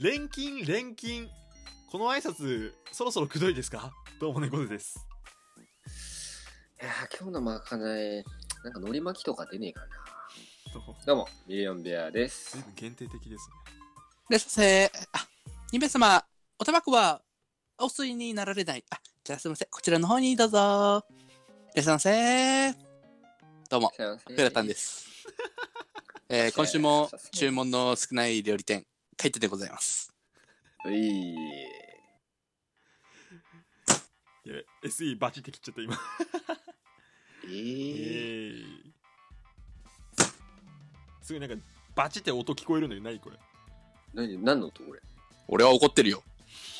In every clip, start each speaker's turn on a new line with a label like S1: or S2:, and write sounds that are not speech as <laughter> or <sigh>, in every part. S1: 錬金、錬金。この挨拶、そろそろくどいですかどうも猫背です。
S2: いやー今日のまかない、なんか海苔巻きとか出ねえかな。どうも、ミリオンベアです。
S1: 随。分限定的ですね。
S3: ですせあ、2名様、おタバコはお吸いになられない。あ、じゃあすみません。こちらの方にどうぞ。いらっしゃいませ。どうも、フェラタンですす。えー今週も注文の少ない料理店、カイトでございます。
S2: うい
S1: やべ、SE バチって切っちゃった今。
S2: え
S1: え
S2: ー、
S1: ー、すごいなんか、バチって音聞こえるのに何これ。
S2: 何何の音これ
S3: 俺は怒ってるよ。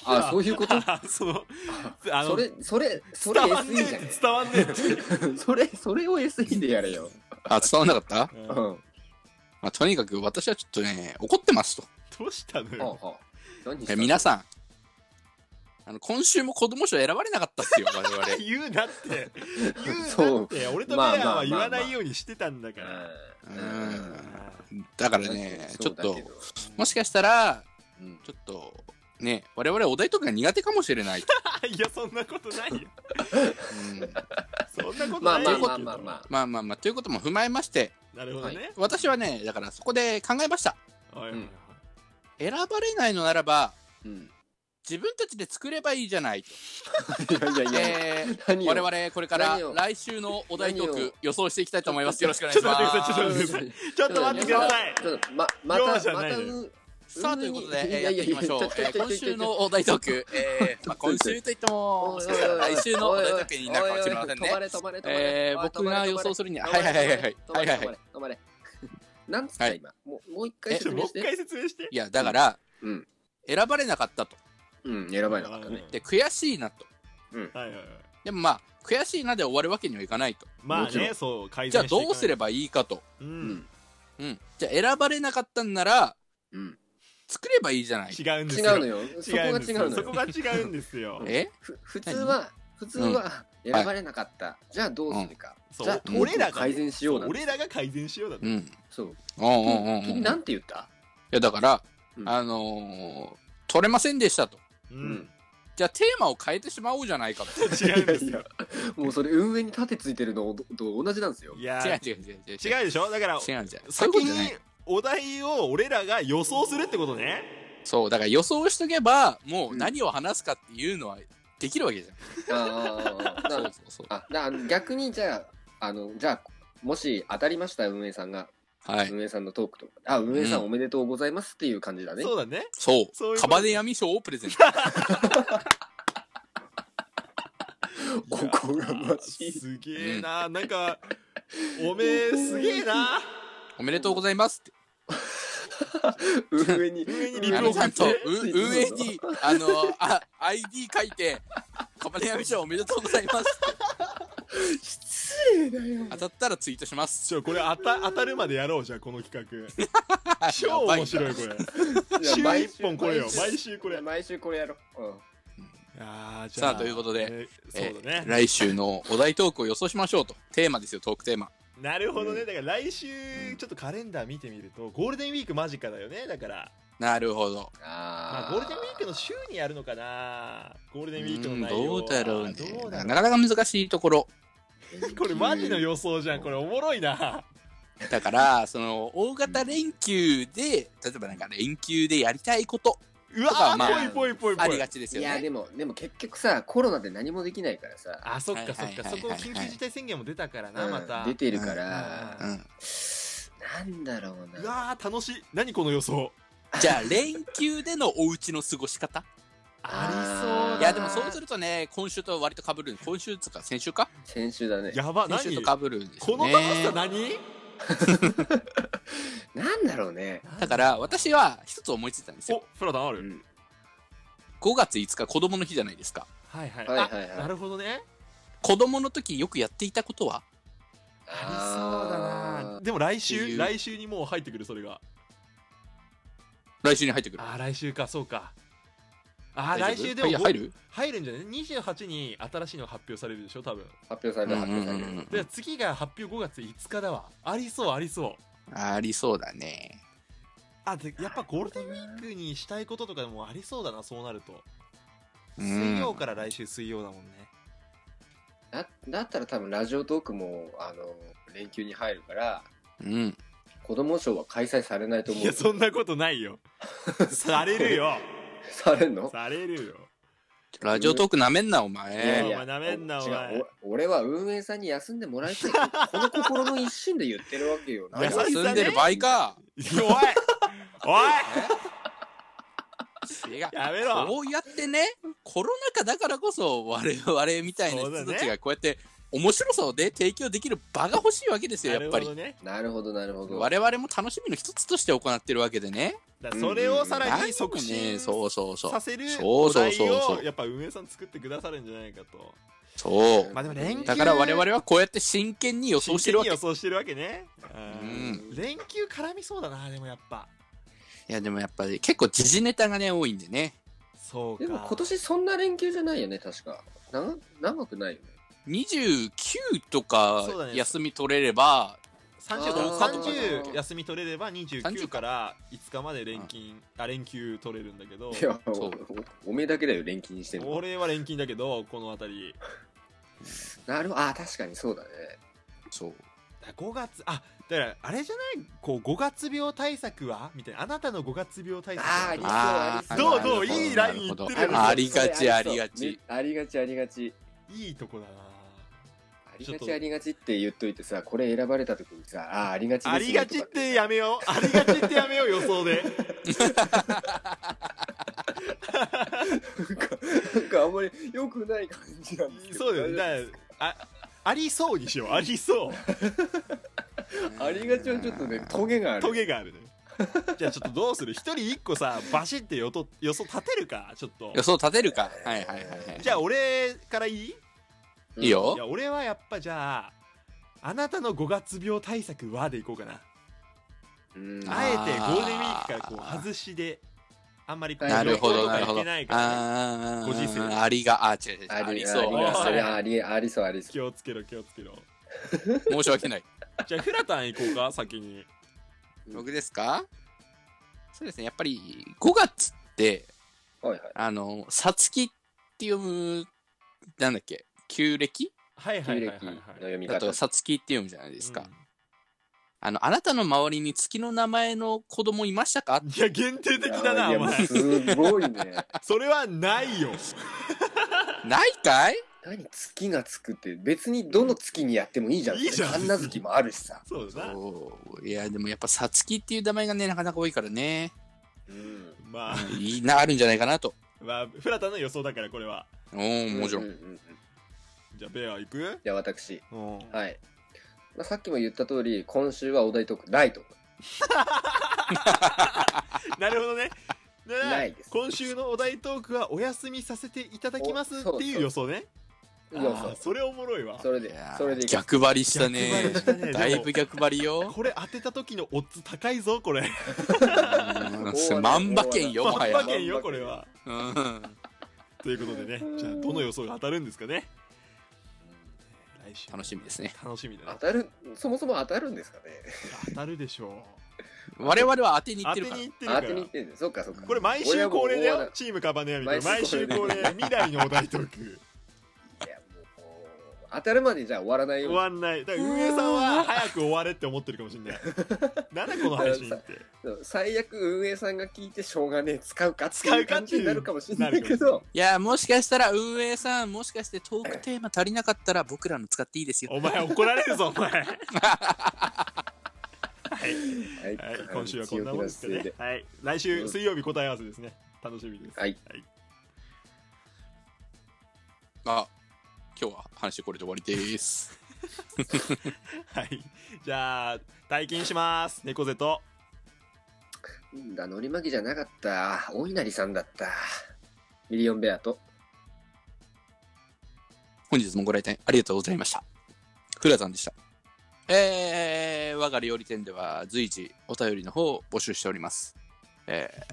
S2: あ、そういうこと
S1: その、あの、
S2: それ、それ、それ
S1: 伝わんね
S2: SE じ
S1: えっ
S2: ゃね
S1: て伝わんねえって。
S2: え <laughs> それ、それを SE でやれよ。
S3: あ、伝わんなかった、
S1: <laughs>
S2: う
S1: うん
S2: ん。は
S3: まあ、とにかく私はちょっとね、怒ってますと。
S1: どうしたの
S2: あ
S1: よ。
S2: はあ。何し
S3: え
S2: た
S3: 皆さん、あの、今週も子供賞選ばれなかったっすよ、我々。 <laughs>
S1: 言うなって。言う
S2: そ
S1: なっ
S2: う
S1: て。俺とベ
S2: まあ
S1: ア
S2: まあま
S1: は
S2: あ
S1: 言わないようにしてたんだから。
S2: うん
S3: うん。だからね、ち
S2: そ
S3: ょっ
S2: うだけど
S3: と、もしかしたら、
S2: うん
S3: ちょっと、ね、我々お題とかが苦手かもしれな
S1: <laughs>
S3: い。
S1: いや、そんなことないよ。
S3: うん
S1: そんなこと
S2: まあ
S1: ないよ
S2: まあ。まあまあまあ。
S3: まあまあまあ、ということも踏まえまして、
S1: なるほどね。
S3: 私はね、だからそこで考えました。
S1: はいはいはい
S3: 選ばれないのならば、
S2: うん。
S3: 自分たちで作ればいいじゃないと。
S2: いやいやいや、
S3: えー
S2: 何を
S3: 我々これから
S2: 何を
S3: 来週のお題トー
S2: 何を
S3: ク予想していきたいと思います。よろしくお願い
S1: ちょ
S3: し
S1: っと待ってくださ <laughs> い、ちょっと
S3: ま
S1: 待って
S3: す
S1: く。ださい。ちょっと待ってください。
S2: ちょっと、ま、ま
S1: 容
S2: た、
S1: 赦な
S2: ま
S1: い
S2: た
S1: のよ
S2: う、
S3: さあ、ということで、えー
S2: い
S3: や
S2: や
S3: っ
S2: い
S3: て
S2: や
S3: い
S2: い
S3: き
S2: や
S3: ましょう。えー今週のお題トーク、えーまあ、今週といっても、もしかしたら来週のお題トークになるかもしれませんね
S2: 止。まれ止まれ止まれ。
S3: えー僕が予想するには、はいはいはいはいはい。はいはいはい。
S2: 止まれ。なんつった今。もうもう一回
S1: ちょっと
S2: 説
S1: も
S2: 明
S1: う
S2: し
S1: 一
S2: て。
S1: 回説明して。
S3: いや、だから、
S2: うん
S3: 選ばれなかったと。
S2: うん、選ばれなかったね。
S3: で、悔しいなと。
S1: はいはいはい。
S3: でもまあ、悔しいなで終わるわけにはいかないと。
S1: まあ
S2: もちろ
S1: ね、
S2: ん
S1: そう、改
S3: じゃ
S1: 善
S3: あどうすれ
S1: ば。
S3: ばいいかと。
S1: う
S2: うんん。
S3: うん。じゃあ選ばれなかったんなら、
S2: うん。
S3: 作ればいいじゃない。
S1: 違うんで
S2: 違
S1: す
S2: う
S1: よ。
S2: のよ。そこが違
S1: んですよ
S2: うの
S1: そこ
S2: よ。
S1: が違うんですよ。
S2: <laughs>
S3: え
S2: ふ普通は、普通は選ばれなかった。じゃあどうするか。
S1: そう
S2: じゃあ、
S1: 俺らが
S2: 改善しような。
S1: 俺らが改善しようだと
S3: う。ん。
S2: そう。
S3: うんうんうんうん。
S2: 君
S3: い
S2: なんて言った
S3: や、だから、
S2: うん
S3: あのー取れませんでしたと。
S1: う。。
S2: うん
S3: じゃあテーマを変えてしまおうじゃな
S1: <laughs>
S3: いかと。
S1: 違うんです
S2: いや
S1: よ
S2: い。や <laughs> もうそれ運営に盾ついてるのと同じなんですよ
S1: い。や
S3: 違う
S1: ー、
S3: 違う違う違う。
S1: 違うでしょだから、
S3: 違うんじゃない。そういう
S1: 先
S3: ことじゃな
S1: に
S3: い。
S1: お題を俺らが予想するってことね。
S3: そう、だから予想しとけば、もう何を話すかっていうのはできるわけじゃ
S2: ああ、だ
S3: ん。そうそうそう。
S2: あだ逆にじゃあ、あの、じゃあ、もし当たりました、運営さんが、
S3: はい。
S2: 運営さんのトークとか、あ、運営さ
S3: うん
S2: んおめでとうございますっていう感じだね。
S1: そうだね。
S3: そう。
S1: そういうこと
S3: カバネ闇賞をプ
S1: <laughs>
S3: レゼント。
S2: ここがましい。
S1: すげえな。なんか、おめえすげえな。
S3: おめでとうございますって。
S2: 運営に、
S1: 上にリ
S3: あ
S1: プを
S3: の
S1: 送
S3: ち
S1: っ
S3: ゃんとう
S2: ついてる
S3: 運営に、あの、あ、ID 書いて、カバネ闇賞おめでとうございま
S1: <laughs>
S3: すって。
S2: 失礼だよ。
S3: 当たったらツイートします。 <laughs>
S1: ちょ、これ当た当たるまでやろうじゃあ、この企画。超
S3: やばい
S1: 面白い、これ。週1本これよ。毎週これ。
S2: 毎週これやろう。うん
S1: あー
S3: さあということで、
S1: えーそうだね、
S3: 来週のお題トークを予想しましょうと。テーマですよ、トークテーマ。
S1: なるほどね、
S2: うん
S1: だから来週ちょっとカレンダー見てみるとゴールデンウィーク間近だよねだから、
S3: なるほど。
S1: ま
S2: あ
S1: あ、ゴールデンウィークの週にやるのかなゴールデンウィークの
S3: うん
S1: 内容は
S3: どうだろうね
S1: どうだろう
S3: なかなか難しいところ。
S1: これマジの予想じゃんこれおも
S3: <laughs>
S1: ろいな
S3: だから、その、大型連休で、例えばなんか連休でやりたいこと
S1: う
S3: とか
S1: わ
S3: まあ
S1: ーぽいぽいぽい
S3: あ
S1: ぽ
S3: り
S1: い
S3: がちです
S2: い
S3: よ
S2: や、
S3: ね。
S2: でも、でも結局さ、コロナで何もできないからさ、
S1: あそっ
S3: はいは
S1: かそっ
S3: いはい
S1: か
S3: はい
S1: そこ緊急事態宣言も出たからな
S2: うん
S1: また
S2: 出てるから、
S3: うん。
S2: なんだろう
S1: う
S2: な。
S1: わー楽しい何この予想
S3: じゃあ、連休でのお家の過ごし方
S1: ありそうだない
S3: やでもそうするとね今週と割と被るん今週っつうか先週か
S2: 先週だね。
S1: やば
S3: 先週
S1: 何
S3: と被るんです
S1: こ
S3: よ
S1: の楽しさ
S3: ね
S1: 何
S2: なんだろうね。
S3: だから私は一つ思いついたんですよ
S1: おプラダンあ
S2: う
S1: る、
S2: ん。
S3: 5月5日子供の日じゃないですか
S1: はいはい
S2: はいはいはい
S1: あなるほどね
S3: 子供の時よくやっていたことは
S1: ありそうだな
S2: あ
S1: でも来
S3: ってい
S1: 週
S3: う
S1: 来週にもう入ってくるそれが
S3: 来週に入ってくる
S1: あー来週かそうかあー
S3: 大
S1: 来
S3: 丈夫
S1: 週でも
S3: いや入る
S1: 入るんじゃない28に新しいの発表されるでしょ多分
S2: ー発表された、
S3: うん
S2: 発
S3: うん
S2: 表
S3: う
S2: され
S3: ん
S2: た。
S1: で次が発表5月5日だわありそうありそ
S3: うんありそうだね
S1: あでやっぱゴールデンウィークにしたいこととかもありそうだなそうなると
S3: うん
S1: 水曜から来週水曜だもんね
S2: だだったら多分ラジオトークもあの連休に入るから
S3: うん。子
S2: 子供賞は開催されないと思う
S1: いやそんなことない
S3: <laughs>
S1: よされるよ
S2: されんの
S1: され
S3: <laughs>
S1: るよ
S3: ラジオトークなめんな、お
S1: いや
S3: 前
S1: い。やお前なめんなお前
S2: 違うお俺は運営さんに休んでもらいたいこの心の一心で言ってるわけよな
S1: 優しさね
S3: 休んでる場合か。
S1: おいおい <laughs>
S3: 違う。
S1: やめろ
S3: こうやってね、コロナ禍だからこそ、我々みたいな人たちがこうやって、面白さで提供できる場が欲しいわけですよ、やっぱ
S1: なるほど
S3: り。
S1: ね
S2: なるほどなるほど
S3: 我々も楽しみの一つとして行ってるわけでね。
S1: だからそれをさらに
S3: 何も
S1: 促進
S3: ね、そうそうそう
S1: さ。せる
S3: そ
S1: お
S3: うそう
S1: 題
S3: そうそう
S1: をやっぱ運営さん作ってくださるんじゃないかと
S3: そう。
S1: まあでも連休
S3: だから我々はこうやって真剣に予想してるわけ。
S1: 真剣に
S3: い
S1: 予想してるわけね
S3: う
S1: うん連休絡みそうだなでもやっぱ
S3: や、でもやっぱり結構時事ネタがね、多いんでね。
S1: そうか
S2: でも今年そんな連休じゃないよね確かな長くないよね
S3: 29とか
S1: そうだね
S3: 休み取れれば、
S1: 30
S2: あー
S1: 30休み取れれば29から5日まで連勤あ連休取れるんだけど
S2: いや
S3: そう
S2: おおめえだけだよ連勤してるの
S1: 俺は連勤だけどこの辺り
S2: なるほどあ確かにそうだね
S3: そう。
S1: だから5月あだからあれじゃないこう5月病対策はみたいなあなたの5月病対策
S2: あーあり
S1: は
S3: ー
S1: どうどう
S3: なるほ
S1: いいラインいってるよ
S3: なほどありがち、ありがち。
S2: ありがちありがち
S1: いいとこだな
S2: ありがちありがちって言っといてさこれ選ばれた時にさあーありがちですね
S1: ありがちってやめようありがちってやめよう予想で
S2: なんかなんかあんまり良くない感じなんですけど
S1: <laughs> そうだよねだからあありそうにしようありそう
S2: ありがちはちょっとねトゲがあ
S1: <laughs>
S2: る
S1: トゲがあるねじゃあちょっとどうする一人一個さバシって予と予想立てるかちょっと
S3: <laughs> 予想立てるか。はいはいはいはい。
S1: じゃあ俺からいい
S3: いいよ
S1: いや。俺はやっぱじゃああなたの5月病対策はでいこうかな
S2: うん
S1: あえてゴ
S3: あー
S1: ールデンウィークからこう外しであんまりこう
S2: な
S3: なるほ
S1: 旅行
S3: ど、な
S1: と
S3: る
S1: か行
S3: ほ
S1: け
S3: ど。あ
S1: ないからね
S3: ー
S1: ご時世
S3: ありが、あ、違う違う違う。ありそ
S2: あり
S1: が
S2: ありあ
S3: う。
S2: りありそうありそう
S1: 気をつけろ気をつけろ
S3: 申し訳ない。
S1: じゃあフラタン行こうか先に
S3: 僕ですかそうですね、やっぱり5月って、
S2: はいはい
S3: あの、さつきって読む、なんだっけ、旧暦
S1: はいはい
S2: 旧
S1: はい
S2: 暦
S1: は
S2: の
S1: い、はい、
S2: 読み
S3: だ
S2: 方
S3: とさつきって読むじゃないですか。
S1: う
S3: あの、あなたの周りに月の名前の子供いましたか
S1: んいや限定的だ
S2: い
S1: な
S2: や
S1: お前
S2: すごいね <laughs>
S1: それはないよ
S3: ないかい
S2: 何月がつくって別にどの月にやってもいいじゃん
S1: いいじゃん
S2: 神奈月もあるしさ
S1: そうだな
S3: そういや、でもやっぱさつきっていう名前がね、なかなか多いからね、
S2: うん
S1: まあ
S3: いいな、あるんじゃないかなと。
S1: まあフラタンの予想だからこれは
S3: おー、もちろ。
S2: うんうううん
S1: じゃあベア行く
S2: じゃあ私
S1: うん
S2: はい、まあ、さっきも言った通り今週はお題トークないと思う
S1: なるほどねだから
S2: ないです
S1: 今週のお題トークはお休みさせていただきますっていう予想ね
S3: あー
S2: いや
S1: あ
S2: そ
S1: ー
S2: う
S1: それおもろいわ
S2: それ
S3: い
S2: で
S3: やー
S2: それでいい
S3: 逆張りした
S1: 逆張り
S3: ね
S1: したねでも
S3: だいぶ逆張
S1: <laughs>
S3: りよ。
S1: これ当てた時のオッズ高いぞこれ
S3: うん万馬券よ、もはや
S1: 万馬。券よこれは
S3: うん
S1: ということでねじゃあどの予想が当たるんですかね来週
S3: 楽しみですね。
S1: 楽しみだ
S2: 当
S1: な
S2: たるそもそも当たるんですかね
S1: 当たるでしょう
S3: 我々は当てに行っ
S1: 当
S3: て
S1: て
S3: るから
S1: に。いってる
S2: 当
S1: か
S2: てに行
S1: ら
S2: ってんねそっかそっか
S1: これ毎週恒例だ
S2: 俺はも
S1: よ
S2: う
S1: チームカバネアミの毎
S2: 毎
S1: 週
S2: 週
S1: 恒
S2: 恒
S1: 例
S2: 例
S1: 未来のお題トーク
S2: いやもう当たるまでじゃあ終わらないよう
S1: 終
S2: に
S1: わんないだから運営さんは早く終われって思ってるかもしれないなんだこの配信って
S2: 最悪運営さんが聞いてしょうがねえ使うかって
S1: 使
S2: いうう
S1: かっ
S2: 感
S1: ていう
S2: じになるかもしれないけど
S3: いや、もしかしたら運営さん、もしかしてトークテーマ足りなかったら僕らの使っていいですよ。
S1: お前怒られるぞお前はい、
S2: はい
S1: はい、今週はこんなもんですか
S2: 強気
S1: ね
S2: な、
S1: はい、来週水曜日答え合わせですね楽しみです
S2: はい
S3: あ、今日は話これで終わりです。
S1: はい。じゃあ、退勤します。猫背と。
S2: 姿勢でうんだのり巻きじゃなかったお稲荷さんだったミリオンベアと
S3: 本日もご来店ありがとうございました。フラさんでした。えー、我が料理店では随時お便りの方を募集しております。えー、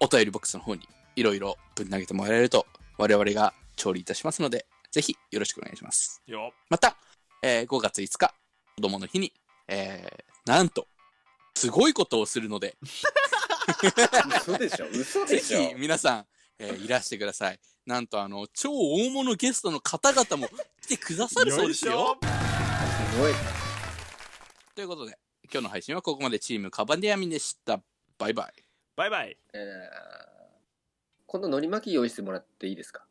S3: お便りボックスの方にいろいろぶん投げてもらえると我々が調理いたしますので、ぜひよろしくお願いします。
S1: よ。
S3: また、えー5月5日、子供の日に、えーなんと、すごいことをするので、
S2: 嘘でしょ嘘
S3: ぜ
S2: でしょ
S3: ひ皆さん、えーいらしてください。なんとあの、超大物ゲストの方々も来てくださるそうですよ。
S1: よいし
S2: すごい。
S3: ということで、今日の配信はここまでチームカバネアミでした。バイバイ。
S1: ょバイバイ
S2: えー、今度のり巻き用意してもらっていいですか